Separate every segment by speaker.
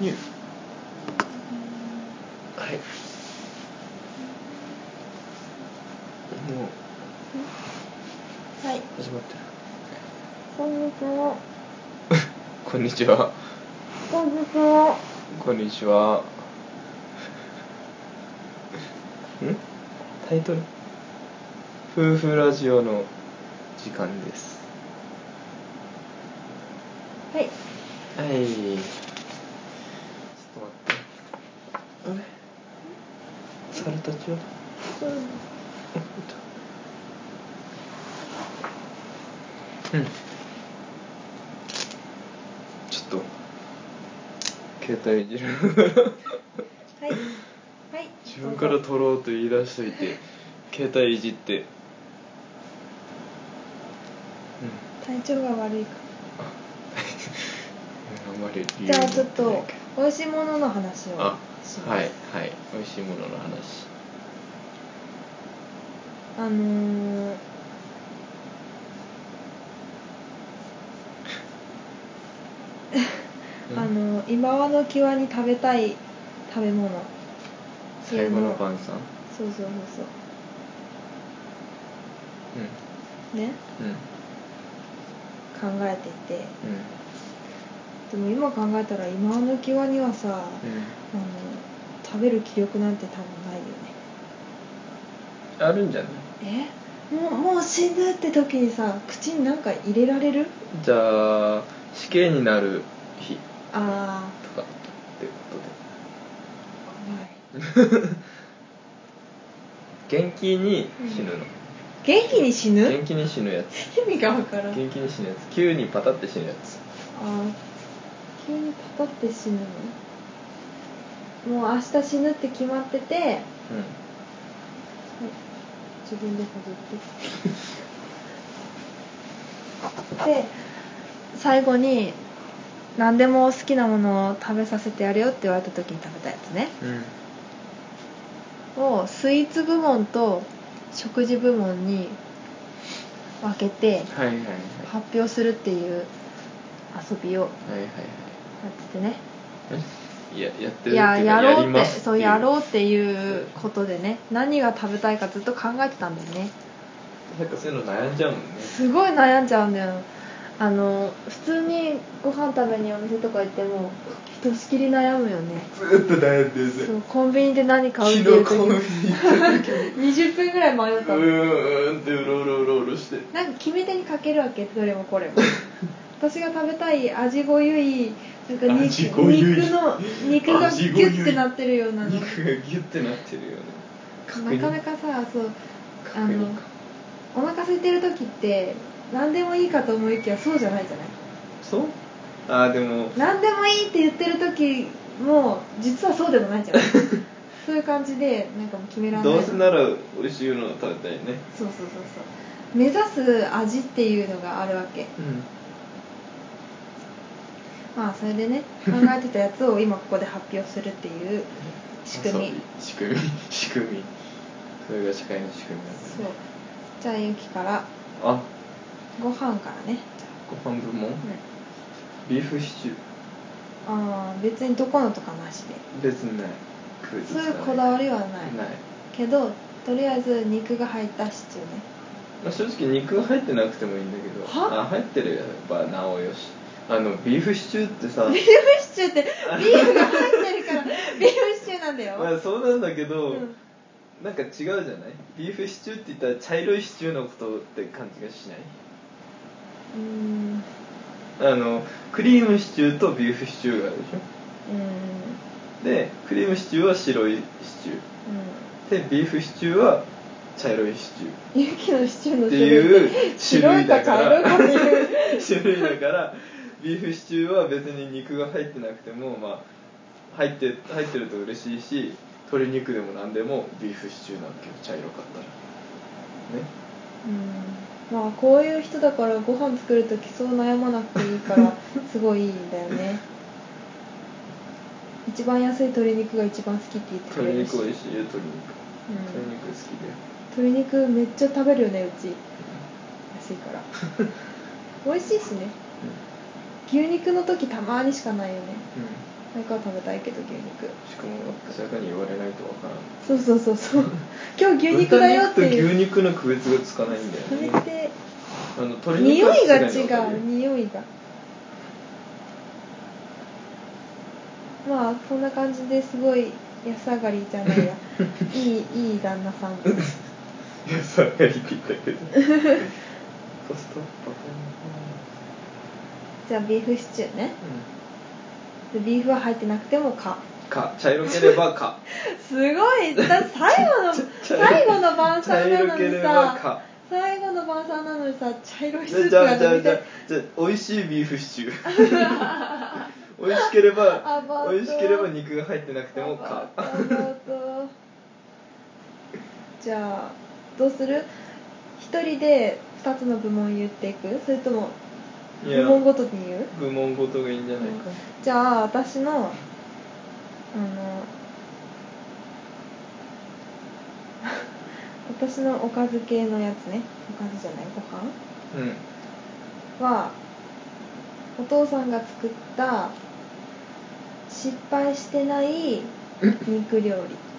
Speaker 1: ニュー
Speaker 2: はいもう
Speaker 3: はい
Speaker 2: 始まってる
Speaker 3: こんにちは
Speaker 2: こんにちは
Speaker 3: こんにちは
Speaker 2: こんにちはんタイトル夫婦ラジオの時間です
Speaker 3: はい
Speaker 2: はいちょっと待ってあれ猿たちはうんちょっと携帯いじる
Speaker 3: はいはい
Speaker 2: 自分から取ろうと言い出しといて携帯いじってうん
Speaker 3: 体調が悪いか
Speaker 2: ああんまり理由
Speaker 3: じゃあちょっ
Speaker 2: 持
Speaker 3: と
Speaker 2: てないけど
Speaker 3: 美味しいものの話を
Speaker 2: あ
Speaker 3: します
Speaker 2: はいはい美味しいものの話
Speaker 3: あのー、
Speaker 2: うん
Speaker 3: あのー、今はの際に食べたい食べ物そうい
Speaker 2: 最
Speaker 3: う
Speaker 2: 後の
Speaker 3: の
Speaker 2: 晩さん
Speaker 3: そうそうそうそうね
Speaker 2: うんうん
Speaker 3: 考えていて
Speaker 2: うん
Speaker 3: でも今考えたら今の際にはさ、
Speaker 2: う
Speaker 3: あの食べる気力なんて多分ないよ
Speaker 2: んあるんじゃない
Speaker 3: ねえもうもう死ぬって時にさ口に何か入れられる
Speaker 2: じゃあ死刑になる日
Speaker 3: あ
Speaker 2: とかってことで
Speaker 3: あ怖い
Speaker 2: 元気に死ぬの、
Speaker 3: 元気に死ぬ
Speaker 2: 元気に死ぬやつ
Speaker 3: 意味が分からんあ
Speaker 2: 元気に死ぬやつ急にパタって死ぬやつ
Speaker 3: ー急にパタって死ぬのもう明日死ぬって決まってて
Speaker 2: う
Speaker 3: 自分で飾ってで最後に何でも好きなものを食べさせてやるよって言われた時に食べたやつね
Speaker 2: んうん
Speaker 3: をスイーツ部門と食事部門に分けて
Speaker 2: はいはいはい
Speaker 3: 発表するっていう遊びをや
Speaker 2: はいはい
Speaker 3: っててね
Speaker 2: はいいややってる
Speaker 3: いや
Speaker 2: っていうか
Speaker 3: やろ
Speaker 2: り
Speaker 3: うって
Speaker 2: ます
Speaker 3: そうや
Speaker 2: う
Speaker 3: ろうっていうことでね何が食べたいかずっと考えてたんだよね
Speaker 2: なんかそういうの悩んじゃうもんね
Speaker 3: すごい悩んじゃうんだよあの普通にご飯食べにお店とか行ってもひとしきり悩むよね
Speaker 2: ずっと悩んでるぜ
Speaker 3: そうコンビニで何
Speaker 2: 昨
Speaker 3: 買うっていう
Speaker 2: 日
Speaker 3: 時
Speaker 2: コンビニ行った時
Speaker 3: 20分ぐらい迷っ
Speaker 2: う
Speaker 3: たの
Speaker 2: ーんってうろうろうろうろして
Speaker 3: なんか決め手にかけるわけどれも これも私が食べたい味ごゆいなんか
Speaker 2: 味
Speaker 3: 肉
Speaker 2: ごゆい
Speaker 3: 肉の肉が
Speaker 2: 味
Speaker 3: ギュ
Speaker 2: ごゆい
Speaker 3: ッてなってるようなの
Speaker 2: 肉
Speaker 3: な
Speaker 2: がギュッてなってるよね
Speaker 3: かなかさそう
Speaker 2: 確
Speaker 3: あ
Speaker 2: 認
Speaker 3: の
Speaker 2: か
Speaker 3: お腹空いてる時って何でもいいかと思いきやそうじゃないじゃない
Speaker 2: そうあーでも
Speaker 3: 何でもいいって言ってる時も実はそうでもないじ ゃんそういう感じでなんかもう決められない
Speaker 2: どうせなら美味しいのを食べたいね
Speaker 3: そうそうそうそう目指す味っていうのがあるわけ
Speaker 2: うん
Speaker 3: まあそれでね考えてたやつを今ここで発表するっていう仕組み
Speaker 2: 仕組み仕組みそれが社会の仕組みなんだ
Speaker 3: そうじゃあゆきから
Speaker 2: あ
Speaker 3: ご飯からね、
Speaker 2: ご飯部門
Speaker 3: う
Speaker 2: ビーフシチュー
Speaker 3: ん、ああ別にどこのとかなしで
Speaker 2: 別にないクイズ
Speaker 3: そういうこだわりはない
Speaker 2: ない、
Speaker 3: けどとりあえず肉が入ったシチューね
Speaker 2: まあ、正直肉が入ってなくてもいいんだけど
Speaker 3: は
Speaker 2: あ入ってるやっぱなおよしあのビーフシチューって さ
Speaker 3: ビーフシチュー ってビーフが入ってるからビーフシチューなんだよ、
Speaker 2: まあそうなんだけど、
Speaker 3: うん
Speaker 2: なんか違うじゃないビーフシチューって言ったら茶色いシチューのことって感じがしないう
Speaker 3: ーん
Speaker 2: あのクリームシチューとビーフシチューがあるでし
Speaker 3: うんうん
Speaker 2: ょでクリームシチューは白いシチューでビーフシチューは茶色いシチュー
Speaker 3: ゆきのシチューの
Speaker 2: って
Speaker 3: 種類
Speaker 2: いう
Speaker 3: 白
Speaker 2: 種
Speaker 3: い
Speaker 2: 類
Speaker 3: か
Speaker 2: だか
Speaker 3: 茶色い
Speaker 2: ら
Speaker 3: かってい う
Speaker 2: 種類だからビーフシチューは別に肉が入ってなくてもまあ入って入ってると嬉しいし鶏肉でも何でもビーフシチューなわけよ茶色かったらね
Speaker 3: うんまあこういう人だからご飯作る時そう悩まなくていいから すごいいいんだよね一番安い鶏肉が一番好きって言ってくれ
Speaker 2: 鶏
Speaker 3: るし
Speaker 2: 肉美味しいよ鶏肉
Speaker 3: うん
Speaker 2: 鶏肉好きで
Speaker 3: 鶏肉めっちゃ食べるよねうち安いから 美味しいしね牛肉の時たまにしかないよね
Speaker 2: う
Speaker 3: なんか食べたいけど牛肉
Speaker 2: しかも明らかに言われないとわからん
Speaker 3: そうそうそうそう 今日牛肉だよっていう
Speaker 2: 豚肉と牛肉の区別がつかないんだよ
Speaker 3: それ
Speaker 2: ね
Speaker 3: って
Speaker 2: あの鶏肉
Speaker 3: 匂
Speaker 2: はい
Speaker 3: が違
Speaker 2: 世 界にわかる
Speaker 3: う
Speaker 2: よ
Speaker 3: 匂いがまあそんな感じですごい安上がりじゃない やいいいい旦那さん
Speaker 2: いやさっき言ったけどコストパ
Speaker 3: じゃあビーフシチューね
Speaker 2: パ
Speaker 3: でビーフは入ってなくてもか
Speaker 2: か茶色ければか
Speaker 3: すごいだ最後の
Speaker 2: 茶色
Speaker 3: 最後の晩
Speaker 2: 茶
Speaker 3: 餐な
Speaker 2: 色
Speaker 3: の
Speaker 2: け
Speaker 3: に
Speaker 2: れば
Speaker 3: さ
Speaker 2: か
Speaker 3: 最後の晩餐なのにさ茶色いス
Speaker 2: じゃ
Speaker 3: ー
Speaker 2: あ
Speaker 3: プ
Speaker 2: じゃ
Speaker 3: が
Speaker 2: あじゃあじゃあじ
Speaker 3: 出て
Speaker 2: ゃあ美味しいビーフシチュー美味しければ
Speaker 3: アバウト
Speaker 2: 美味しければ肉が入ってなくてもか
Speaker 3: アバウトアバウトじゃあどうする一人で2つの部門言っていくそれとも
Speaker 2: いや
Speaker 3: 部門ごとに言う
Speaker 2: 部門ごとがいいんじゃないか
Speaker 3: じゃあ私のあ の私のおかず系のやつねおかずじゃないご飯
Speaker 2: うん
Speaker 3: はお父さんが作った失敗してない肉料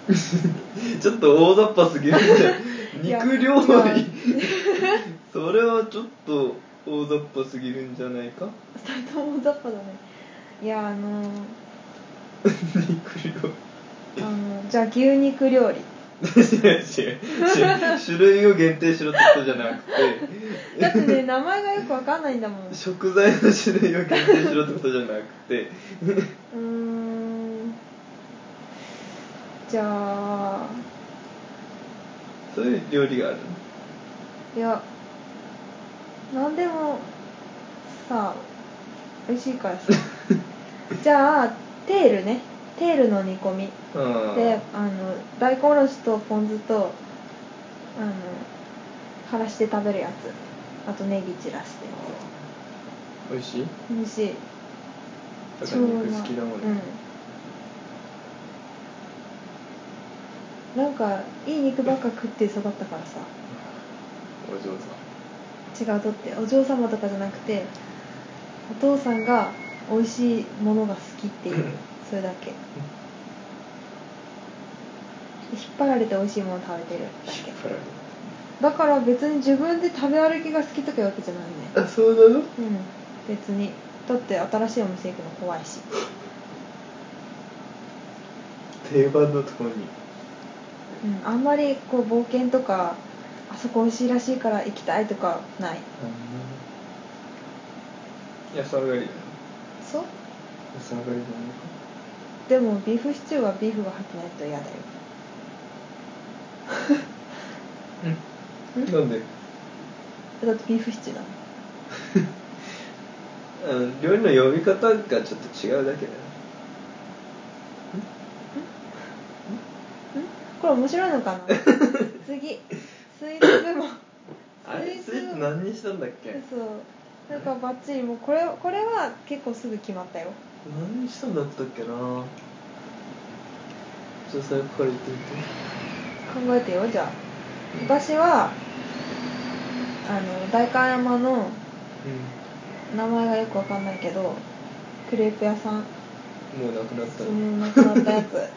Speaker 3: 理
Speaker 2: ちょっと大雑把すぎる
Speaker 3: い
Speaker 2: じ
Speaker 3: や
Speaker 2: ゃん肉料
Speaker 3: まあ
Speaker 2: 理 それはちょっと大雑把すぎるんじゃないか
Speaker 3: 二人とも大雑把だねいやあの
Speaker 2: 肉料
Speaker 3: あのじゃあ牛肉料理
Speaker 2: 理違う違う違う種類を限定しろってことじゃなくて
Speaker 3: だってね名前がよくわかんないんだもんう
Speaker 2: 食材の種類を限定しろってことじゃなくて
Speaker 3: ーんじゃあ
Speaker 2: そういう料理がある
Speaker 3: いやなんでもさ美味しいからさじゃあテールねテールの煮込み
Speaker 2: うん
Speaker 3: であの大根おろしとポン酢とあのからして食べるやつあとネギ散らして
Speaker 2: 美味しい
Speaker 3: 美味しい
Speaker 2: だから肉好きだもんね、
Speaker 3: うん、なんかいい肉ばっか食って育ったからさ
Speaker 2: お嬢さん
Speaker 3: 違うとってお嬢様とかじゃなくてお父さんが美味しいものが好きっていう
Speaker 2: うん
Speaker 3: それだけ引っ張られて美味しいもの食べてるだ
Speaker 2: 引
Speaker 3: け
Speaker 2: っ張られ
Speaker 3: だから別に自分で食べ歩きが好きとかいうわけ じゃないね
Speaker 2: たあそうなの
Speaker 3: うん別にだって新しいお店行くの怖いし
Speaker 2: 定番のところに
Speaker 3: うん、あんまりこう冒険とかあそこ美味しいらしいから行きたいとかない
Speaker 2: 安上がりだよ
Speaker 3: そう
Speaker 2: 安上がりじゃない
Speaker 3: でもビーフシチューはビーフが入ってないと嫌 だよ
Speaker 2: かなんで
Speaker 3: だってビーフシチューなの
Speaker 2: あの料理の呼び方がちょっと違うだけだよ
Speaker 3: これ面白いのか な次スイーツ部門
Speaker 2: あれ
Speaker 3: ス
Speaker 2: ス
Speaker 3: イ
Speaker 2: イ
Speaker 3: ー
Speaker 2: ー
Speaker 3: ツ
Speaker 2: ツ何にしたんだっけ
Speaker 3: そうなんかバッチリもうこれこれは結構すぐ決まったよ
Speaker 2: 何にしたんだったっけなちょっと最後から言ってみ
Speaker 3: 考えてよじゃあ私はあの代官山の
Speaker 2: て
Speaker 3: 名前がよくわかんないけどクレープ屋さん
Speaker 2: うんもうなくなった
Speaker 3: そ
Speaker 2: の
Speaker 3: のなくなったや つ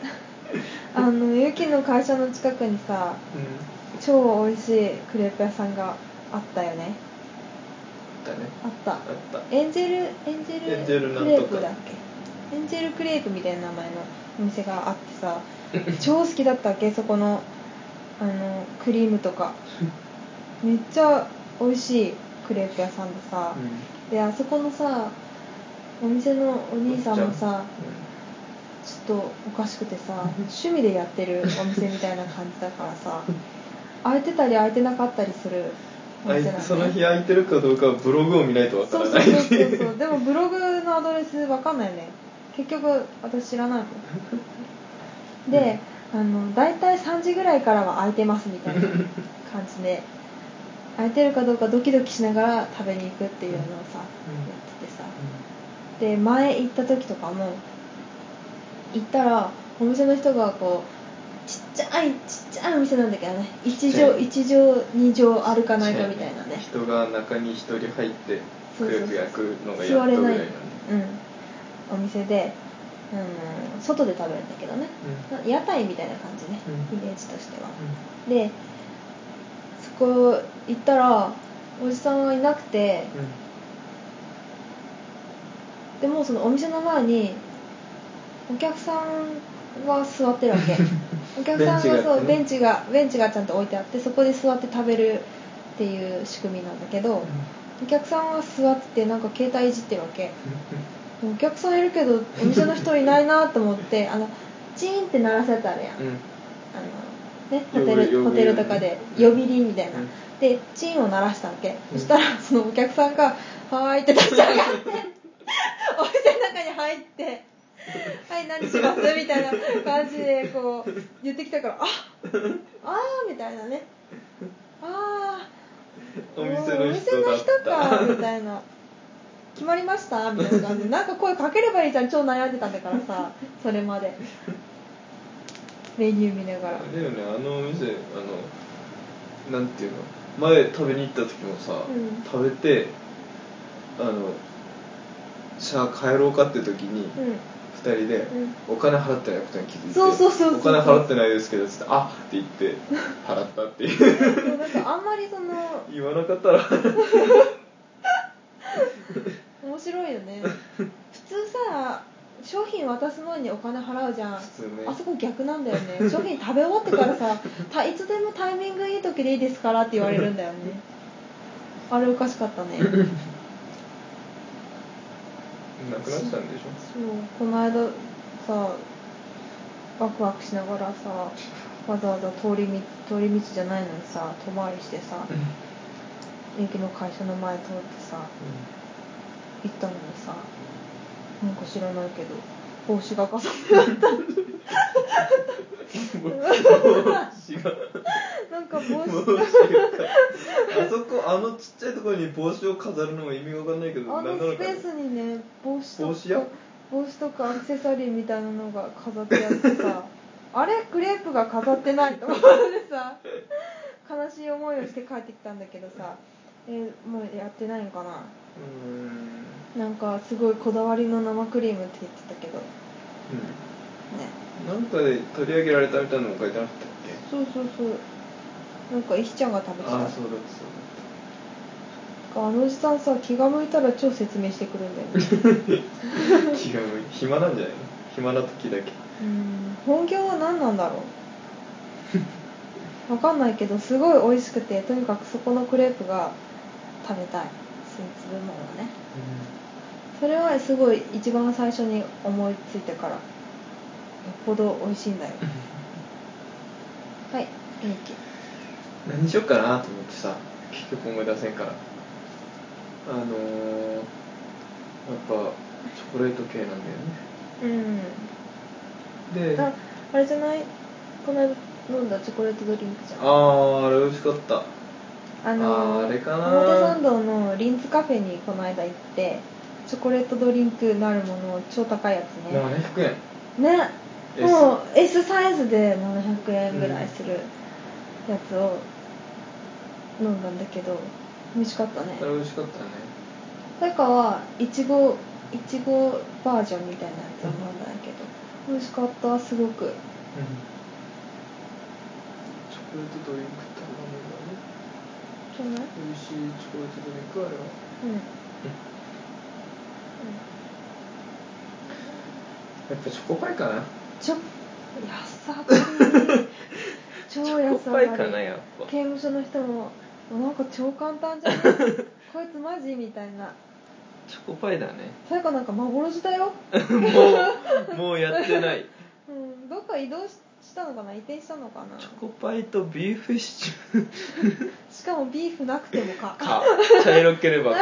Speaker 3: あのゆきの会社の近くにさ
Speaker 2: うん
Speaker 3: 超美味しいクレープ屋さんがあったよね
Speaker 2: だね
Speaker 3: あった
Speaker 2: あった
Speaker 3: エンジェルエンジ
Speaker 2: エンジェ
Speaker 3: ェル
Speaker 2: ルな
Speaker 3: ク
Speaker 2: んとか
Speaker 3: レープだっけエンジェルクレープみたいな名前のお店があっ てさ超好きだったっけそこのあのクリーム とかめっちゃ美味しいクレープ屋さんでさ、
Speaker 2: うん
Speaker 3: であそこのさお店のお兄さんもさちょっとおかしくて さ趣味でやってるお店みたいな感じだからさ空いてたり空いてなかったりするお
Speaker 2: あ
Speaker 3: 店
Speaker 2: い
Speaker 3: なのね
Speaker 2: その日空いてるかどうかはブログを見ないとわか
Speaker 3: そう
Speaker 2: ら
Speaker 3: そ
Speaker 2: な
Speaker 3: う
Speaker 2: い
Speaker 3: そうそう そうでもブログのアドレスわかんないよね結局私知らないも んであの大体3時ぐらいからは空いてますみたい な感じで空いてるかどうかドキドキしながら食べに行くっていうのをさやっててさで前行った時とかも行ったらお店の人がこうちっちゃいちっちゃいお店なんだけどね1畳1畳2畳あるかないかみたいなね
Speaker 2: 人が中に一人入って
Speaker 3: そ
Speaker 2: ク
Speaker 3: うそう
Speaker 2: レ
Speaker 3: そ
Speaker 2: ー
Speaker 3: う
Speaker 2: プ焼くのがや
Speaker 3: 座
Speaker 2: っと
Speaker 3: れ
Speaker 2: ぐ
Speaker 3: な
Speaker 2: ら
Speaker 3: い
Speaker 2: いなの
Speaker 3: うんお店であの外で食べるんだけどね、屋台みたいな感じね、
Speaker 2: うん
Speaker 3: イメージとしては、
Speaker 2: う
Speaker 3: でそこ行ったらおじさんはいなくて、
Speaker 2: んうん
Speaker 3: でもうそのお店の前にお客さんは座ってる わけお客さんは
Speaker 2: ベンチがあってね
Speaker 3: そうベンチがベンチがちゃんと置いてあってそこで座って食べるっていう仕組みなんだけど、お客さんは座っててなんか携帯いじってるわけお客さんいるけどお店の人いないなと思ってあのチーンって鳴らせたらやん、
Speaker 2: うんうん
Speaker 3: あのね、ホ
Speaker 2: 呼
Speaker 3: テ
Speaker 2: ぶ呼
Speaker 3: ル
Speaker 2: ぶ
Speaker 3: ホテルとかで
Speaker 2: うん
Speaker 3: 呼び鈴みたいな、
Speaker 2: うん
Speaker 3: でチンを鳴らしたわけ、
Speaker 2: うん
Speaker 3: そしたらそのお客さんが「はーい」って立ち上がってお店の中に 入って「はい何します?」みたいな感じでこう言ってきたから「ああー」みたいなね「ああ
Speaker 2: お店の人だ
Speaker 3: お
Speaker 2: っ
Speaker 3: 店
Speaker 2: た
Speaker 3: の人か」みたいな「決まりました?」みたいな感じでなんか声かければいいじゃん超悩んでたんだからさそれまでメニュー見ながら。
Speaker 2: だよねあのお店あのなんていうの前食べに行った時もさ、
Speaker 3: うん
Speaker 2: 食べてあのじゃあ帰ろうかって時に
Speaker 3: うん
Speaker 2: 二人で
Speaker 3: う
Speaker 2: お
Speaker 3: ん
Speaker 2: 金払ってないことに気づいて
Speaker 3: そうそうそうそ
Speaker 2: お
Speaker 3: う
Speaker 2: 金払ってないですけど」つって「あっ」って言って払ったっていう
Speaker 3: そうなんかあんまりその
Speaker 2: 言わなかったら
Speaker 3: 面白いよね普通さ商品渡す前にお金払うじゃん
Speaker 2: 普通ね
Speaker 3: あそこ逆なんだよね商品食べ終わってからさたいつでもタイミングいい時でいいですからって言われるんだよねあれおかしかったねそう
Speaker 2: なくなっちゃうんでしょ
Speaker 3: この間さワクワクしながらさわざわざ通りみ通り道じゃないのにさ遠回りしてさ駅の会社の前通ってさ行ったのにさなんか知らないけど帽子が重なってあった
Speaker 2: 違う
Speaker 3: なんか帽
Speaker 2: 帽
Speaker 3: 子
Speaker 2: 子があそこあのちっちゃいところに帽子を飾るのも意味わかんないけど
Speaker 3: あの
Speaker 2: なんなの
Speaker 3: スペースにね帽子とか
Speaker 2: 帽子や
Speaker 3: 帽子とかアクセサリーみたいなのが飾ってあって さあれクレープが飾ってないと思ってさ悲しい思いをして帰ってきたんだけどさえーもうやってないのかな
Speaker 2: うーん
Speaker 3: なんかすごいこだわりの生クリームって言ってたけどね
Speaker 2: うんなんかで取り上げられたみたいなのも書いてなかったっけ
Speaker 3: そうそうそうなんか石ちゃんが食べてた
Speaker 2: あ
Speaker 3: な
Speaker 2: あ
Speaker 3: んか
Speaker 2: そうだそ
Speaker 3: あのおじさんさ気が向いたら超説明してくるんだよね
Speaker 2: うだ違う暇なんじゃないの暇な時だけ
Speaker 3: うん本業は何な んだろうわかんないけどすごい美味しくてとにかくそこのクレープが食べたいスイーツ部門はねそれはすごい一番最初に思いついてからよっぽど美味しいん だよはい元気
Speaker 2: 何しよっかなと思ってさ結局思い出せんからあのー、やっぱチョコレート系なんだよ
Speaker 3: うん
Speaker 2: ねで
Speaker 3: ああれじゃないこの間飲んだチョコレートドリンクじゃんあ
Speaker 2: あーあれ美味しかった
Speaker 3: の
Speaker 2: あーあれかな
Speaker 3: 表参道のリンツカフェにこの間行ってチョコレートドリンクなるもの超高いやつね
Speaker 2: 700円
Speaker 3: ね
Speaker 2: S
Speaker 3: もう S サイズで700円ぐらいするやつを飲んだんだけど美味しかったね
Speaker 2: あれ美味しかったね
Speaker 3: だかはいちごいちごバージョンみたいなやつを飲んだんだけど美味しかったすごく
Speaker 2: チョコレートドリンクってあんまりないね
Speaker 3: じゃない
Speaker 2: 美味しいチョコレートドリンクはあれは
Speaker 3: うん、うん、
Speaker 2: やっぱチョコパイかな
Speaker 3: ちょ安上が り超安上がり
Speaker 2: やっぱ
Speaker 3: 刑務所の人も「なんか超簡単じゃない こいつマジ?」みたいな
Speaker 2: チョコパイだね
Speaker 3: それかなんか幻だよ
Speaker 2: もうもうやってない
Speaker 3: うん、どっか移動ししたのかな移転したのかな
Speaker 2: チョコパイとビーフシチュー
Speaker 3: しかもビーフなくてもか
Speaker 2: か茶色ければか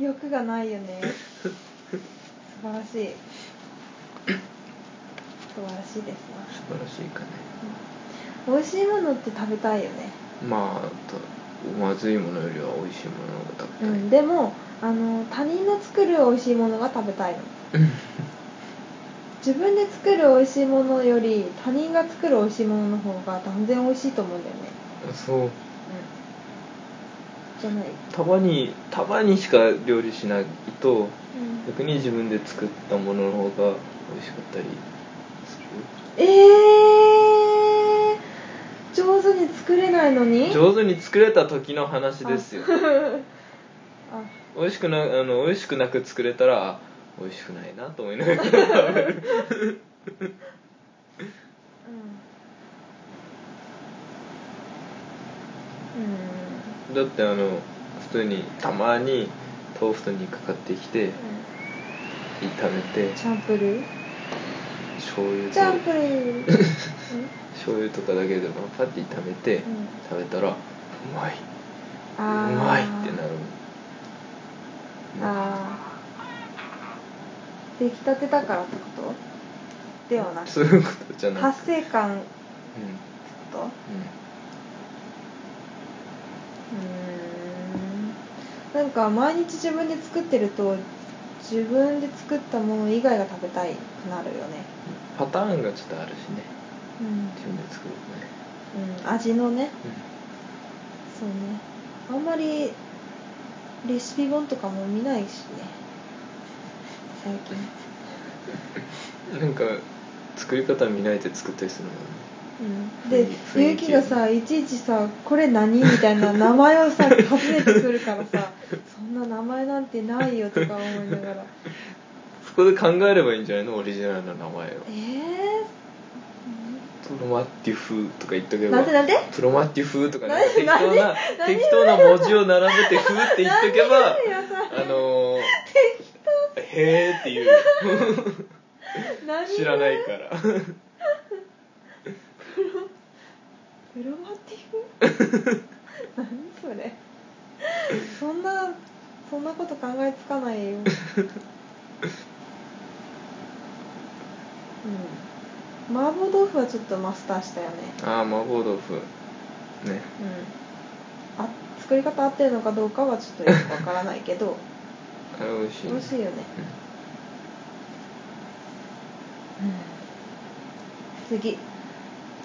Speaker 3: 欲がないよね素晴らしい素晴らしいです
Speaker 2: 素晴らしいかね
Speaker 3: な美味しいものって食べたいよね、
Speaker 2: まあまずいものよりは美味しいものが食べ
Speaker 3: う
Speaker 2: たい、
Speaker 3: ん、でもあの他人の作る美味しいものが食べたいの自分で作る美味しいものより他人が作る美味しいものの方が断然美味しいと思うんだよね、
Speaker 2: そう
Speaker 3: うじゃない、うん、
Speaker 2: たまにたまにしか料理しないと逆に自分で作ったものの方が美味しかったりす
Speaker 3: えー、上手に作れないの
Speaker 2: る
Speaker 3: に
Speaker 2: 上手に作れた時の話ですよ
Speaker 3: あ
Speaker 2: 美味しくなあの美味しくなく作れたらあ美味しくないなと思いな がら
Speaker 3: うんうん
Speaker 2: だってあの普通にたまに豆腐と肉買ってきて炒めて
Speaker 3: チャンプルー
Speaker 2: 醤油
Speaker 3: チャン
Speaker 2: と
Speaker 3: プルー、うん
Speaker 2: 醤油とかだけでもパッて炒めて
Speaker 3: うん
Speaker 2: 食べたらうまい
Speaker 3: あ
Speaker 2: う
Speaker 3: ー
Speaker 2: まいってなる
Speaker 3: あー出来たてだからってことではなく
Speaker 2: そういうことじゃなく
Speaker 3: 達成感っ
Speaker 2: うんう
Speaker 3: て
Speaker 2: ん
Speaker 3: ことうーんなんか毎日自分で作ってると自分で作ったもの以外が食べたいくなるよね
Speaker 2: パターンがちょっとあるしね
Speaker 3: うん
Speaker 2: 自分で作るとね、
Speaker 3: うん、味のね
Speaker 2: う
Speaker 3: そうねあんまりレシピ本とかも見ないしね最近
Speaker 2: ん、なんか作り方見ないで作ったりするもんね
Speaker 3: うんで
Speaker 2: 雰
Speaker 3: ゆ
Speaker 2: 囲
Speaker 3: う
Speaker 2: 気
Speaker 3: きがさいちいちさ「これ何?」みたいな名前を さ尋ねてくるからさ「そんな名前なんてないよ」とか思いながら
Speaker 2: そこで考えればいいんじゃないのオリジナルの名前を
Speaker 3: えー
Speaker 2: プロマティフとか言っとけば
Speaker 3: なんてなんて
Speaker 2: プロマティフとかなんか
Speaker 3: な
Speaker 2: 適当な
Speaker 3: 何
Speaker 2: 適当な文字を並べて「フ」って言っとけば
Speaker 3: 何がさ
Speaker 2: あのー「へーっていう
Speaker 3: 何
Speaker 2: 知らない から
Speaker 3: プロマティブ何それそんなそんなこと考えつかないようん麻婆豆腐はちょっとマスターしたよね
Speaker 2: ああ麻婆豆腐ね
Speaker 3: うんあ作り方合ってるのかどうかはちょっとよくわからないけど
Speaker 2: あれ美味しいね
Speaker 3: 美味しいよね次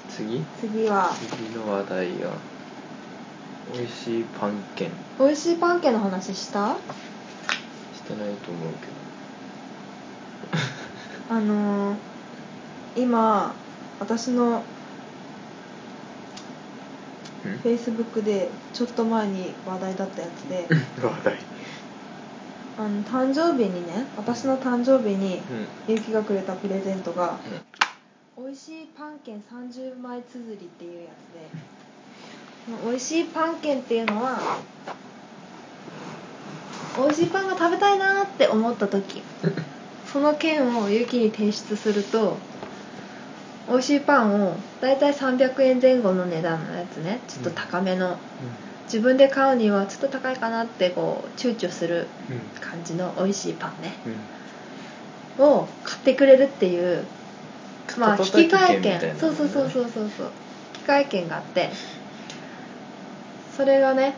Speaker 2: 次
Speaker 3: 次は
Speaker 2: 次の話題が美味しいパン券
Speaker 3: 美味しいパンケの話した
Speaker 2: してないと思うけど
Speaker 3: あのー今私の
Speaker 2: うん
Speaker 3: フェイスブックでちょっと前に話題だったやつで
Speaker 2: 話題
Speaker 3: あの誕生日にね私の誕生日に
Speaker 2: うん
Speaker 3: ゆうきがくれたプレゼントが美味しいパン券30枚綴りっていうやつでこの美味しいパン券っていうのは美味しいパンが食べたいなーって思った時その券をゆきに提出すると美味しいパンをだいたい300円前後の値段のやつねちょっと高めの、自分で買うにはちょっと高いかなってこう躊躇する
Speaker 2: うん
Speaker 3: 感じの美味しいパンね
Speaker 2: うん
Speaker 3: を買ってくれるっていうまあ引
Speaker 2: 片
Speaker 3: き
Speaker 2: 手引き
Speaker 3: 換え
Speaker 2: 券みたいなもんね
Speaker 3: 券そうそうそうそうそうそう引き換え券があってそれがね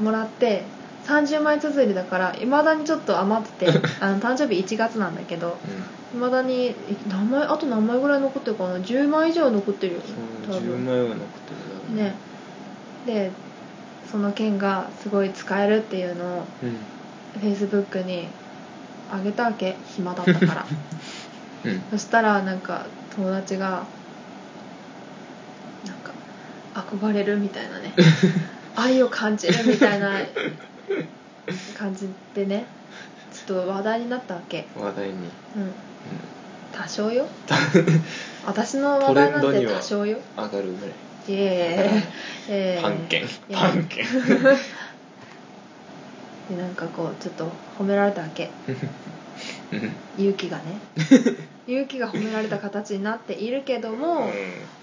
Speaker 3: もらって30枚綴りだからいまだにちょっと余ってて あの誕生日1月なんだけどいまだに何枚あと何枚ぐらい残ってるかな10枚以上残ってるよ
Speaker 2: うん、
Speaker 3: 多
Speaker 2: そう10
Speaker 3: 分
Speaker 2: 枚は残ってるだろう
Speaker 3: ねでその券がすごい使えるっていうのを
Speaker 2: うん
Speaker 3: フェイスブックにあげたわけ暇だった から。
Speaker 2: うん
Speaker 3: そしたらなんか友達がなんか憧れるみた いなね愛を感じるみたいな感じでねちょっと話題になったわけ、
Speaker 2: 話題に、
Speaker 3: うん、多 少よ私の話
Speaker 2: トレ
Speaker 3: 題
Speaker 2: ン
Speaker 3: な
Speaker 2: ド
Speaker 3: ん
Speaker 2: に
Speaker 3: て
Speaker 2: は
Speaker 3: 多少よ
Speaker 2: 上がるぐらい、
Speaker 3: い えいえいえ
Speaker 2: パン券
Speaker 3: いや
Speaker 2: パン券
Speaker 3: でなんかこうちょっと褒められたわけ
Speaker 2: うん
Speaker 3: 勇気 がね勇気が褒められた形になっているけども、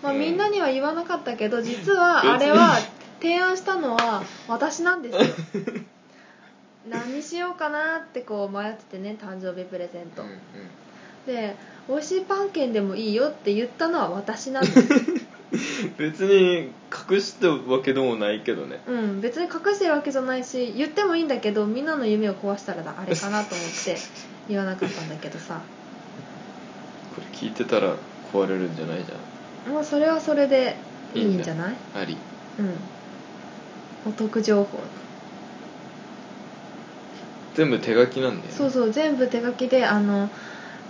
Speaker 3: まあ、みんなには言わなかったけど実はあれは提案したのは私なんですよ 何にしようかなってこう迷っててね誕生日プレゼン
Speaker 2: う
Speaker 3: ト、
Speaker 2: んうん
Speaker 3: で美味しいパン券でもいいよって言ったのは私なん です
Speaker 2: 別に隠したわけでもないけどね
Speaker 3: うん別に隠してるわけじゃないし言ってもいいんだけどみんなの夢を壊したらあれかなと思って言わなかったんだけどさ
Speaker 2: これ聞いてたら壊れるんじゃないじ
Speaker 3: もうそれはそれでいいんじゃない
Speaker 2: ゃんあり
Speaker 3: うんお得情報
Speaker 2: 全部手書きなんだよね
Speaker 3: そうそう全部手書きであの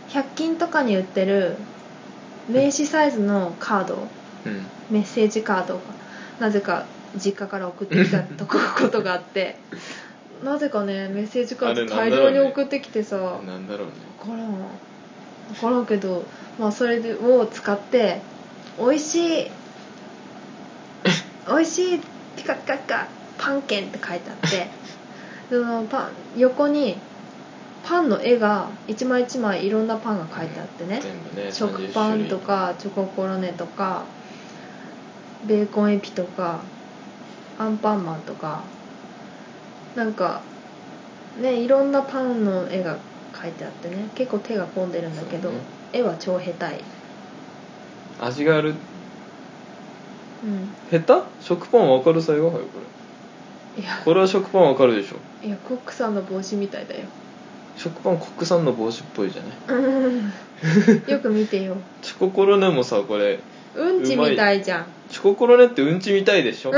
Speaker 3: 100均とかに売ってる名刺サイズのカード
Speaker 2: うん
Speaker 3: メッセージカードがなぜか実家から送ってきたとこことがあってなぜかねメッセージカード
Speaker 2: あれ
Speaker 3: 大
Speaker 2: なんだろ
Speaker 3: 量
Speaker 2: うね
Speaker 3: に送ってきてさ分
Speaker 2: なんだろうね
Speaker 3: からん分からんけど、まあ、それを使って「美味しい美味しいピカピカピカパンケン」って書いてあってそのパン横にパンの絵が一枚一枚いろんなパンが書いてあってね、
Speaker 2: 全部ね
Speaker 3: 食パンとかチョココロネとかベーコンエピとかアンパンマンとかなんかねいろんなパンの絵が描いてあってね結構手が込んでるんだけ
Speaker 2: そ
Speaker 3: ど、
Speaker 2: うね
Speaker 3: 絵は超下手い、
Speaker 2: 30種類味がある
Speaker 3: う
Speaker 2: 下手食パン分かる際がはいこれ
Speaker 3: ん、いや
Speaker 2: これは食パン分かるでしょ
Speaker 3: いやコックさんの帽子みたいだよ
Speaker 2: 食パン国産の帽子っぽいじゃない
Speaker 3: よく見てよ
Speaker 2: チョココロネもさこれ
Speaker 3: うんちみたいじゃん
Speaker 2: チョココロネってうんちみたいで しょ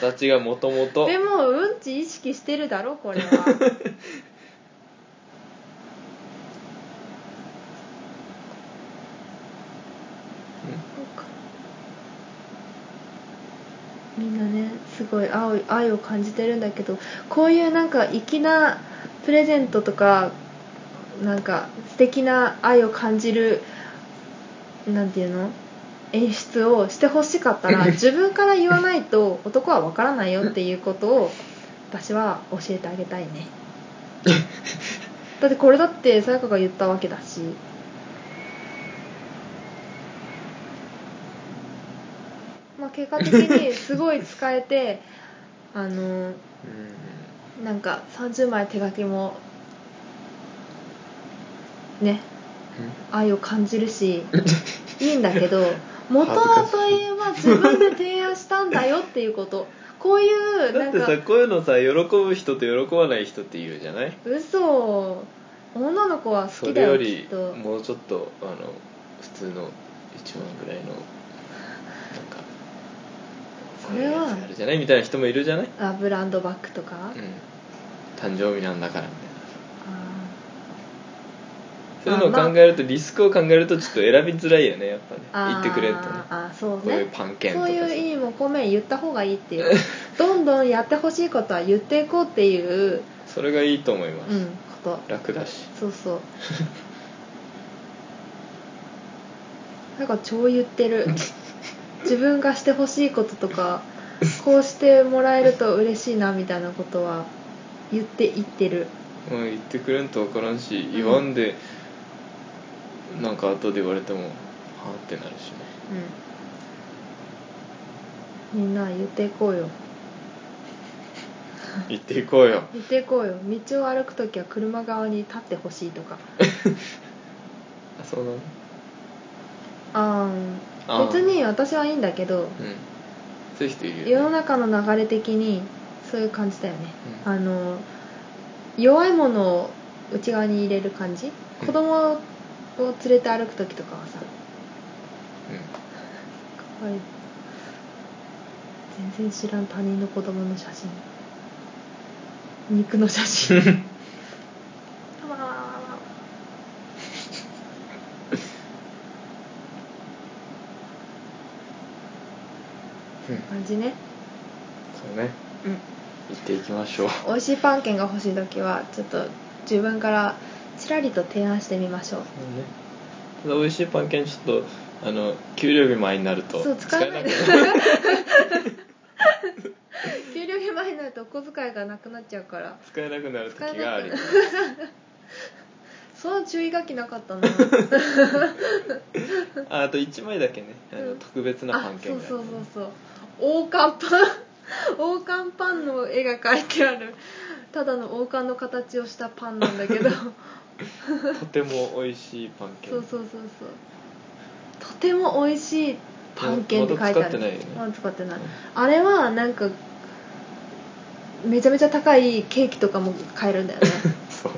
Speaker 2: 形がもともと
Speaker 3: でもうんち意識してるだろこれはみんなねすごい愛を愛を感じてるんだけどこういうなんか粋なプレゼントとかなんか素敵な愛を感じるなんていうの演出をしてほしかったら自分から言わないと男はわからないよっていうことを私は教えてあげたいねだってこれだってさやかが言ったわけだしまあ結果的にすごい使 えてあの
Speaker 2: う
Speaker 3: なんか30枚手書きもね
Speaker 2: ん
Speaker 3: 愛を感じるしいいんだ けど元はといえば自分で提案したんだよっていうことこういう
Speaker 2: だ
Speaker 3: な
Speaker 2: っ
Speaker 3: ん
Speaker 2: て
Speaker 3: か
Speaker 2: さこういうのさ喜ぶ人と喜ばない人っているじゃない
Speaker 3: 嘘女の子は好
Speaker 2: そ
Speaker 3: きだ
Speaker 2: れよ
Speaker 3: よき
Speaker 2: り
Speaker 3: っと
Speaker 2: もうちょっとあの普通の1万ぐらいのなんか
Speaker 3: それは
Speaker 2: ういうやつあるじゃないみたいな人もいるじゃない、
Speaker 3: あブランドバッグとか、
Speaker 2: う
Speaker 3: あ
Speaker 2: ん、誕生日なんだからみたいなそ
Speaker 3: あ
Speaker 2: ういうの
Speaker 3: まあ
Speaker 2: を考えるとリスクを考えるとちょっと選びづらいよねやっぱね
Speaker 3: あ
Speaker 2: 言ってくれるとね
Speaker 3: ああそう
Speaker 2: こ
Speaker 3: ね
Speaker 2: ういうパン券と
Speaker 3: そ
Speaker 2: か
Speaker 3: う
Speaker 2: さ
Speaker 3: いう意味も込め言った方がいいっていう どんどんやってほしいことは言っていこうっていう、
Speaker 2: それがいいと思いま
Speaker 3: うん、
Speaker 2: す、
Speaker 3: こと
Speaker 2: 楽だし
Speaker 3: そ うそうなんか超言ってる自分がしてほしいこととかこうしてもらえると嬉しいなみたいなことは言っていってる
Speaker 2: まあ言ってくれんと分からんし
Speaker 3: ん
Speaker 2: 言わんで、なんか後で言われてもはあってなるしね
Speaker 3: うんみんな言っていこうよ
Speaker 2: 言っていこうよ
Speaker 3: 言っていこうよ道を歩く時は車側に立ってほしいとか
Speaker 2: あそうなの
Speaker 3: あ
Speaker 2: あ
Speaker 3: あ
Speaker 2: ー
Speaker 3: 別に私はいいんだけど
Speaker 2: うんそういう人いる
Speaker 3: 世
Speaker 2: よ、
Speaker 3: の
Speaker 2: ね、
Speaker 3: 中の流れ的にそういう感じだよね、
Speaker 2: うん
Speaker 3: あの弱いものを内側に入れる感じ
Speaker 2: うん
Speaker 3: 子供を連れて歩く時とかはさかわいい全然知らん他人の子供の写真肉の写 真わわわわわ
Speaker 2: うん、うん、
Speaker 3: 感じね
Speaker 2: そうね
Speaker 3: うん
Speaker 2: 言っていきましょう
Speaker 3: 美味しいパン券が欲しい時はちょっと自分からちらりと提案してみましょう
Speaker 2: ただ美味しいパン券ちょっとあの給料日前になると
Speaker 3: そう使えない
Speaker 2: く
Speaker 3: 給料日前になるとお小遣いがなくなっちゃうから
Speaker 2: 使えなくなる時があるよ
Speaker 3: その注意書きなかっ たな
Speaker 2: ああと1枚だけねあの、
Speaker 3: うん
Speaker 2: 特別な
Speaker 3: あ
Speaker 2: パン
Speaker 3: そ
Speaker 2: 券
Speaker 3: う
Speaker 2: が
Speaker 3: そうそうそう王冠パン 王冠パンの絵が描いてあるただの王冠の形をしたパンなんだ けどそう
Speaker 2: とても美味しいパン券
Speaker 3: そうそうそうとても美味しいパン券って書いて
Speaker 2: まだ
Speaker 3: ある
Speaker 2: 使ってないよね
Speaker 3: まだ使ってないあれはなんかめちゃめちゃ高いケーキとかも買える んだよね
Speaker 2: そう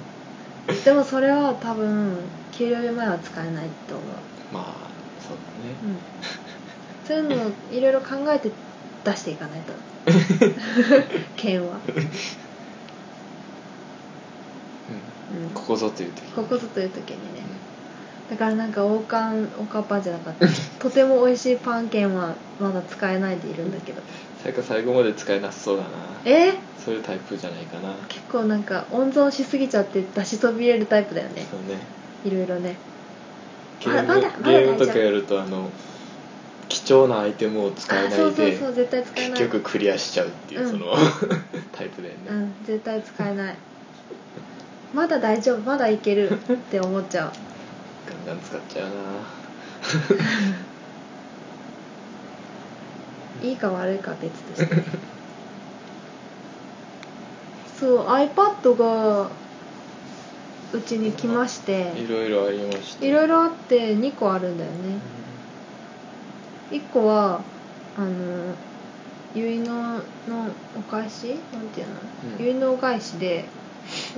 Speaker 3: でもそれは多分給料日前は使えないと思う
Speaker 2: まあそうだね
Speaker 3: うんそういうのをいろいろ考えて出して いかないと剣はうん
Speaker 2: ここぞという時
Speaker 3: ここぞという時にねだからなんか王冠王冠パンじゃなかったとても美味しいパン券はまだ使えないでいるんだけど
Speaker 2: 最後最後まで使えなさそうだな
Speaker 3: え
Speaker 2: そういうタイプじゃないかな
Speaker 3: 結構なんか温存しすぎちゃって出しそびれるタイプだよね
Speaker 2: そうね
Speaker 3: いろいろね
Speaker 2: ゲーム
Speaker 3: まだまだまだ
Speaker 2: ゲームとかやるとあの貴重なアイテムを使えな
Speaker 3: あそう
Speaker 2: い
Speaker 3: そう
Speaker 2: で
Speaker 3: そう絶対使えない
Speaker 2: 結局クリアしちゃうっていう、
Speaker 3: うん
Speaker 2: その タイプだよね、
Speaker 3: うん絶対使えないまだ大丈夫まだいけるって思っちゃう
Speaker 2: ガンガン使っちゃうない
Speaker 3: いか悪いかは別としてそう iPad がうちに来まして
Speaker 2: いろいろありました
Speaker 3: いろいろあって2個あるんだよね1個はあの結納のお返しなんていうの、
Speaker 2: うん
Speaker 3: 結納お返しで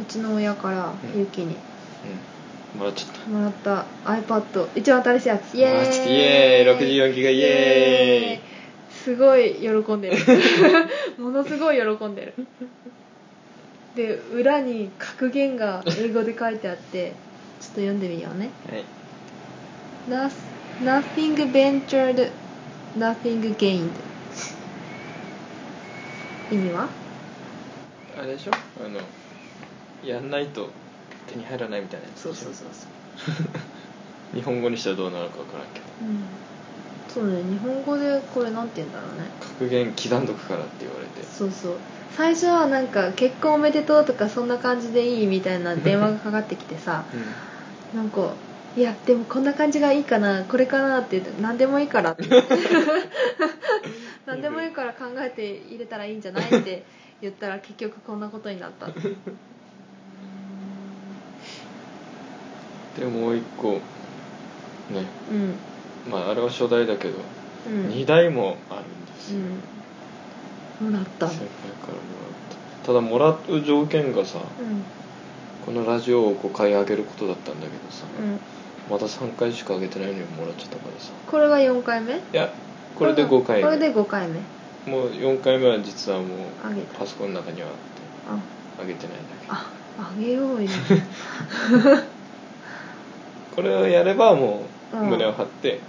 Speaker 3: うちの親から
Speaker 2: うん
Speaker 3: ゆきに
Speaker 2: うんもらっちゃった
Speaker 3: もらった iPad 一番新しいやつイエ
Speaker 2: もらっちゃったイエ
Speaker 3: ーイ
Speaker 2: ーイ64ギガイ
Speaker 3: イ
Speaker 2: エ
Speaker 3: エーイすごい喜んで るものすごい喜んでるで裏に格言が英語で書いてあってちょっと読んでみようね
Speaker 2: ーイ、はい
Speaker 3: Noth- Nothing ventured, nothing gained 意味は
Speaker 2: あれでしょあのやんないと手に入らないみたいなやつでしょ
Speaker 3: そうそう、
Speaker 2: 日本語にしたらどうなるか分からんけど
Speaker 3: うん、そうね日本語でこれなんて言うんだろうね
Speaker 2: 格言刻んどくからって言われて
Speaker 3: そうそう最初はなんか「結婚おめでとう」とかそんな感じでいいみたいな電話がかかってきてさなんか「いやでもこんな感じがいいかなこれかな」って言って「何でもいいから」 って何でもいいから考えて入れたらいいんじゃないって言ったら結局こんなことになった
Speaker 2: でもう一個ね
Speaker 3: うん
Speaker 2: まああれは初代だけど、
Speaker 3: うん
Speaker 2: 二台もあるんですよ、
Speaker 3: うんもらった
Speaker 2: 先輩からもらったただもらう条件がさ
Speaker 3: うん
Speaker 2: このラジオを5回上げることだったんだけどさ、
Speaker 3: うん
Speaker 2: まだ3回しか上げてないのにもらっちゃったからさ
Speaker 3: これが4回目
Speaker 2: いやこれで5回
Speaker 3: これ
Speaker 2: 目
Speaker 3: で5回目
Speaker 2: もう4回目は実はもう
Speaker 3: あげた
Speaker 2: パソコンの中には
Speaker 3: あ
Speaker 2: 上げてないんだけど
Speaker 3: ああげようよ
Speaker 2: これをやればもう
Speaker 3: うん
Speaker 2: 胸を張って、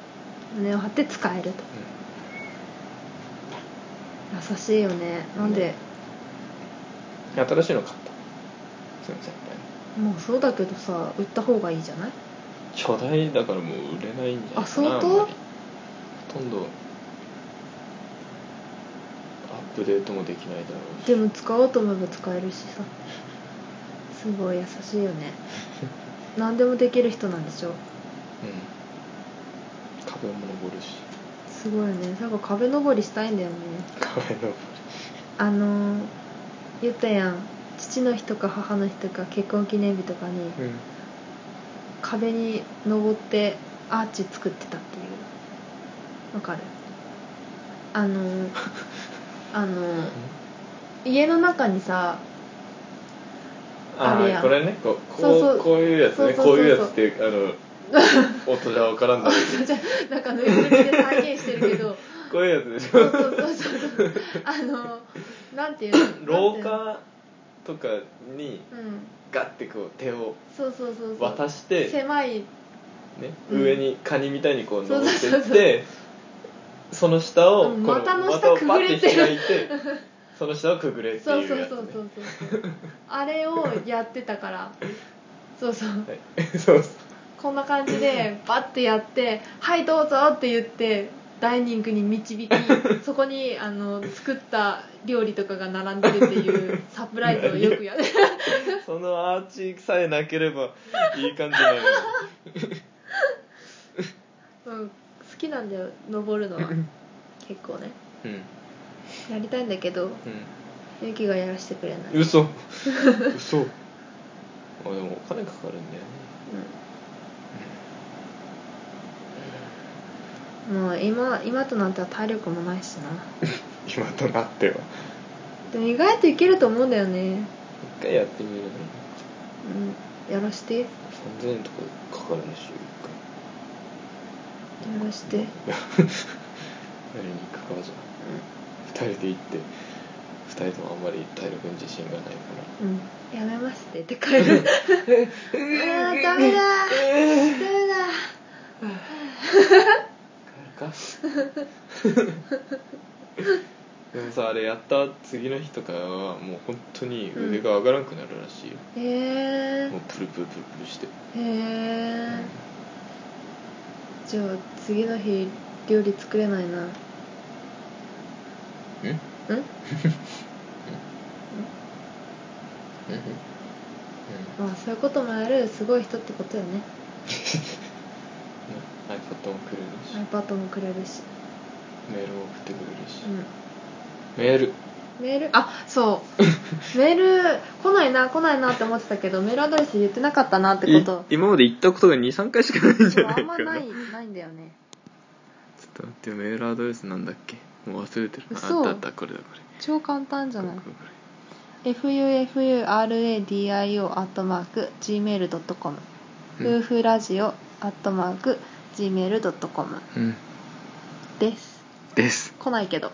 Speaker 3: 胸を張って使えると優しいよねなんで、
Speaker 2: うん新しいの買ったすいません
Speaker 3: もうそうだけどさ売った方がいいじゃない
Speaker 2: 初代だからもう売れないんじゃないかな
Speaker 3: あ相当
Speaker 2: んまりほとんどアップデートもできないだろうし
Speaker 3: でも使おうと思えば使えるしさすごい優しいよね何でもできる人なんでしょ
Speaker 2: うん壁も登るし
Speaker 3: すごいよね最後壁登りしたいんだよね
Speaker 2: 壁登る
Speaker 3: あのー言ったやん父の日とか母の日とか結婚記念日とかに
Speaker 2: うん
Speaker 3: 壁に登ってアーチ作ってたっていうわかるあのーあのー家の中にさ
Speaker 2: あ
Speaker 3: あるや
Speaker 2: あ
Speaker 3: ん
Speaker 2: これねここう
Speaker 3: そうそう
Speaker 2: こういうやつね
Speaker 3: そうそうそうそう
Speaker 2: こういうやつって あの音じゃわからんだろうけど
Speaker 3: じゃあなんかぬいぐるみで再現してるけど
Speaker 2: こういうやつでしょ
Speaker 3: そうそうそうそうあのなんていうの
Speaker 2: 廊
Speaker 3: なん
Speaker 2: 下とかに
Speaker 3: ていうのうん
Speaker 2: ガッてこう手を
Speaker 3: そうそうそうそう
Speaker 2: 渡して、
Speaker 3: 狭い
Speaker 2: ね、
Speaker 3: うん
Speaker 2: 上にカニみたいにこう
Speaker 3: そう
Speaker 2: 登
Speaker 3: そう
Speaker 2: って
Speaker 3: そう
Speaker 2: いってその下を
Speaker 3: う
Speaker 2: こ
Speaker 3: ん
Speaker 2: の
Speaker 3: 股の下
Speaker 2: 股をパ
Speaker 3: くぐ
Speaker 2: ッ
Speaker 3: れて
Speaker 2: て
Speaker 3: る
Speaker 2: 開いてその下をくぐれって
Speaker 3: そう
Speaker 2: い
Speaker 3: そ
Speaker 2: う
Speaker 3: う
Speaker 2: やつ
Speaker 3: そうそ
Speaker 2: ね
Speaker 3: うそうあれをやってたからそうそう
Speaker 2: はいそうそう
Speaker 3: こんな感じでバッてやって「はいどうぞ」って言ってダイニング に導きそこにあの作った料理とかが並んでるっていうサプライズをよくやる
Speaker 2: そのアーチさえなければいい感じなのに
Speaker 3: うん、好きなんだよ登るのは結構ね
Speaker 2: うんうん
Speaker 3: やりたいんだけどゆきがやらせてくれない、うん、
Speaker 2: 嘘嘘 あでもお金かかるんだよね
Speaker 3: もう今今となっては体力もないしな
Speaker 2: 今となっては
Speaker 3: でも意外といけると思うんだよね
Speaker 2: 一回やってみるのに
Speaker 3: うんやらしてや
Speaker 2: 3000円とかかかるでしょ
Speaker 3: らして、うん、
Speaker 2: 一回やりに行くかじゃあ2人で行って2人ともあんまり体力に自信がないか
Speaker 4: うん
Speaker 3: やめますって言って帰るあーダメだダメだ
Speaker 2: ら帰るかでもさあれやった次の日とかはもう本当に腕が上がらなくなるらしいよ、
Speaker 3: へえ
Speaker 2: もうプルプルプルプルして
Speaker 3: へえじゃあ次の日料理作れないなう
Speaker 2: うんう
Speaker 3: ん
Speaker 2: んうん
Speaker 3: まあそういうこともあるすごい人ってことよね
Speaker 2: iPad もくれるし、
Speaker 3: iPad もくれるし、
Speaker 2: メールも送ってくれるし、
Speaker 3: うん、
Speaker 2: メール
Speaker 3: メールあそう メール来ないな来ないなって思ってたけどメールアドレス言ってなかったなってこと
Speaker 2: い今まで言ったことが23回しかないんじ
Speaker 3: そ
Speaker 2: ゃ
Speaker 3: う
Speaker 2: ない
Speaker 3: あ
Speaker 2: か
Speaker 3: んま
Speaker 2: な
Speaker 3: ない
Speaker 2: ちょ
Speaker 3: ないんだよね
Speaker 2: っと待ってメールアドレスなんだっけもう忘れてるあ
Speaker 3: 嘘
Speaker 2: あったあったこれだこれ
Speaker 3: 超簡単じゃ
Speaker 2: こ
Speaker 3: な
Speaker 2: れ
Speaker 3: い
Speaker 2: これこ
Speaker 3: fufuradio.gmail.com
Speaker 2: うん
Speaker 3: 夫婦ラジオ .gmail.com
Speaker 2: れうん
Speaker 3: です
Speaker 2: です
Speaker 3: 来ないけど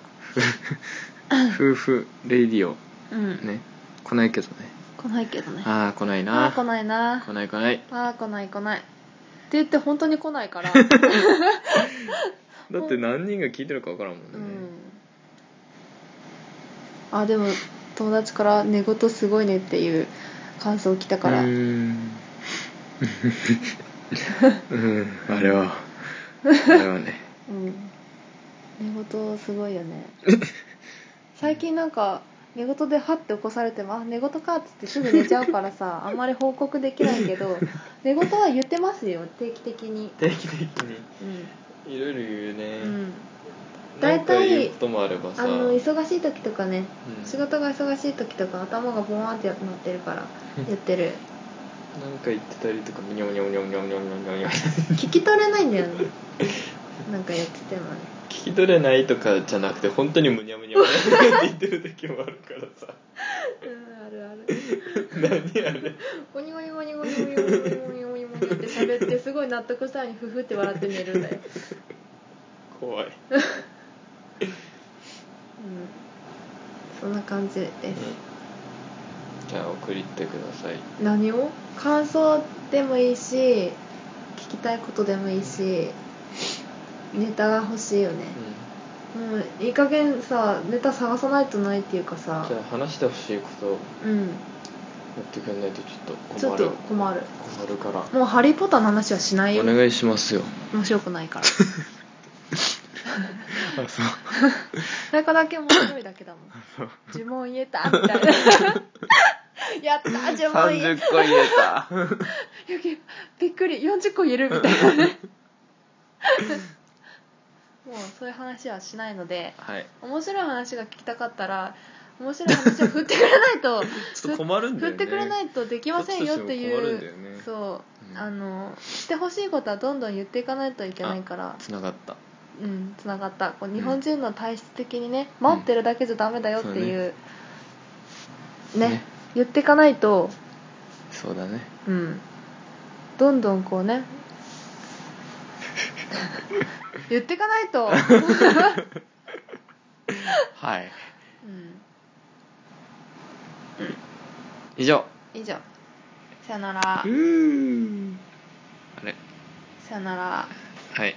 Speaker 2: 夫婦レディオ
Speaker 3: うん、
Speaker 2: ね来ないけどね
Speaker 3: 来ないけどね
Speaker 2: ああ来ない
Speaker 3: あ
Speaker 2: な
Speaker 3: ー来ないな
Speaker 2: 来ない来ない
Speaker 3: あー来ない来ないって言って本当に来ないから
Speaker 2: だって何人が聞いてるかわからんもんね、
Speaker 3: うんあでも友達から「寝言すごいね」っていう感想来たから
Speaker 2: うーんうんあれはあれはね
Speaker 3: うん寝言すごいよ ね最近なんか寝言でハッて起こされても「あ寝言か」っつってすぐ寝ちゃうから さあんまり報告できないけど寝言は言ってますよ定期的に
Speaker 2: 定期的に
Speaker 3: うん、
Speaker 2: いろいろ言うね、
Speaker 3: うん、
Speaker 2: なんか
Speaker 3: 大体
Speaker 2: 言うこともあればさ
Speaker 3: あの忙しい時とかね
Speaker 2: うん
Speaker 3: 仕事が忙しい時とか頭がボワンってなってる から
Speaker 2: うん
Speaker 3: 言ってる
Speaker 2: なんか言ってたりとかむにゃむにゃむにゃむにゃむにゃむにゃむにゃむにゃ
Speaker 3: 聞き取れないんだよねなんか言っててもね
Speaker 2: 聞き取れないとかじゃなくて本当にむにゃむにゃむにゃむにゃって言ってる時もあるからさ
Speaker 3: うんあるある
Speaker 2: 何あれ
Speaker 3: ゴニゴニゴニゴニゴニゴニゴニゴニゴニって喋ってすごい納得したようにフフって笑って寝るんだよ、
Speaker 2: 怖い
Speaker 3: うん、そんな感じです、
Speaker 2: じゃあ送りってください
Speaker 3: 何を感想でもいいし聞きたいことでもいいしネタが欲しいよね、
Speaker 2: う
Speaker 3: もういい加減さネタ探さないとないっていうかさ
Speaker 2: んじゃあ話してほしいことを
Speaker 3: うん
Speaker 2: やってくんないとちょっ
Speaker 3: ち
Speaker 2: と
Speaker 3: ょ
Speaker 2: 困
Speaker 3: っ
Speaker 2: る
Speaker 3: と
Speaker 2: 困
Speaker 3: 困る
Speaker 2: るから
Speaker 3: もう「ハリー・ポッター」の話はしないよ
Speaker 2: お願いしますよ
Speaker 3: 面白くないから
Speaker 2: あそう
Speaker 3: なんかだけ面白いだけだもん呪文言えたみたいな やった呪文言え
Speaker 2: 30個言えた
Speaker 3: びっくり40個言えるみたいなねもうそういう話はしないので
Speaker 2: はい
Speaker 3: 面白い話が聞きたかったら面白い話を振ってくれないと
Speaker 2: ちょっと困る んだ
Speaker 3: 振
Speaker 2: よ
Speaker 3: っ
Speaker 2: ね
Speaker 3: てくれないとできませんよっ
Speaker 2: こっ
Speaker 3: て
Speaker 2: ちとしても困
Speaker 3: い
Speaker 2: る
Speaker 3: うん
Speaker 2: だよね
Speaker 3: そう、
Speaker 2: うん
Speaker 3: あのしてほしいことはどんどん言っていかないといけないから
Speaker 2: つながった
Speaker 3: うんつながったこう
Speaker 2: うん
Speaker 3: 日本人の体質的にね、待ってるだけじゃダメだよっていう、
Speaker 2: そう
Speaker 3: ね
Speaker 2: ね
Speaker 3: 言っていかないと
Speaker 2: そうだね
Speaker 3: うんどんどんこ うね言っていかな いと、
Speaker 2: はい
Speaker 3: うん、
Speaker 2: 以上
Speaker 3: 以上さよなら
Speaker 2: ーんあれ
Speaker 3: さよなら
Speaker 2: はい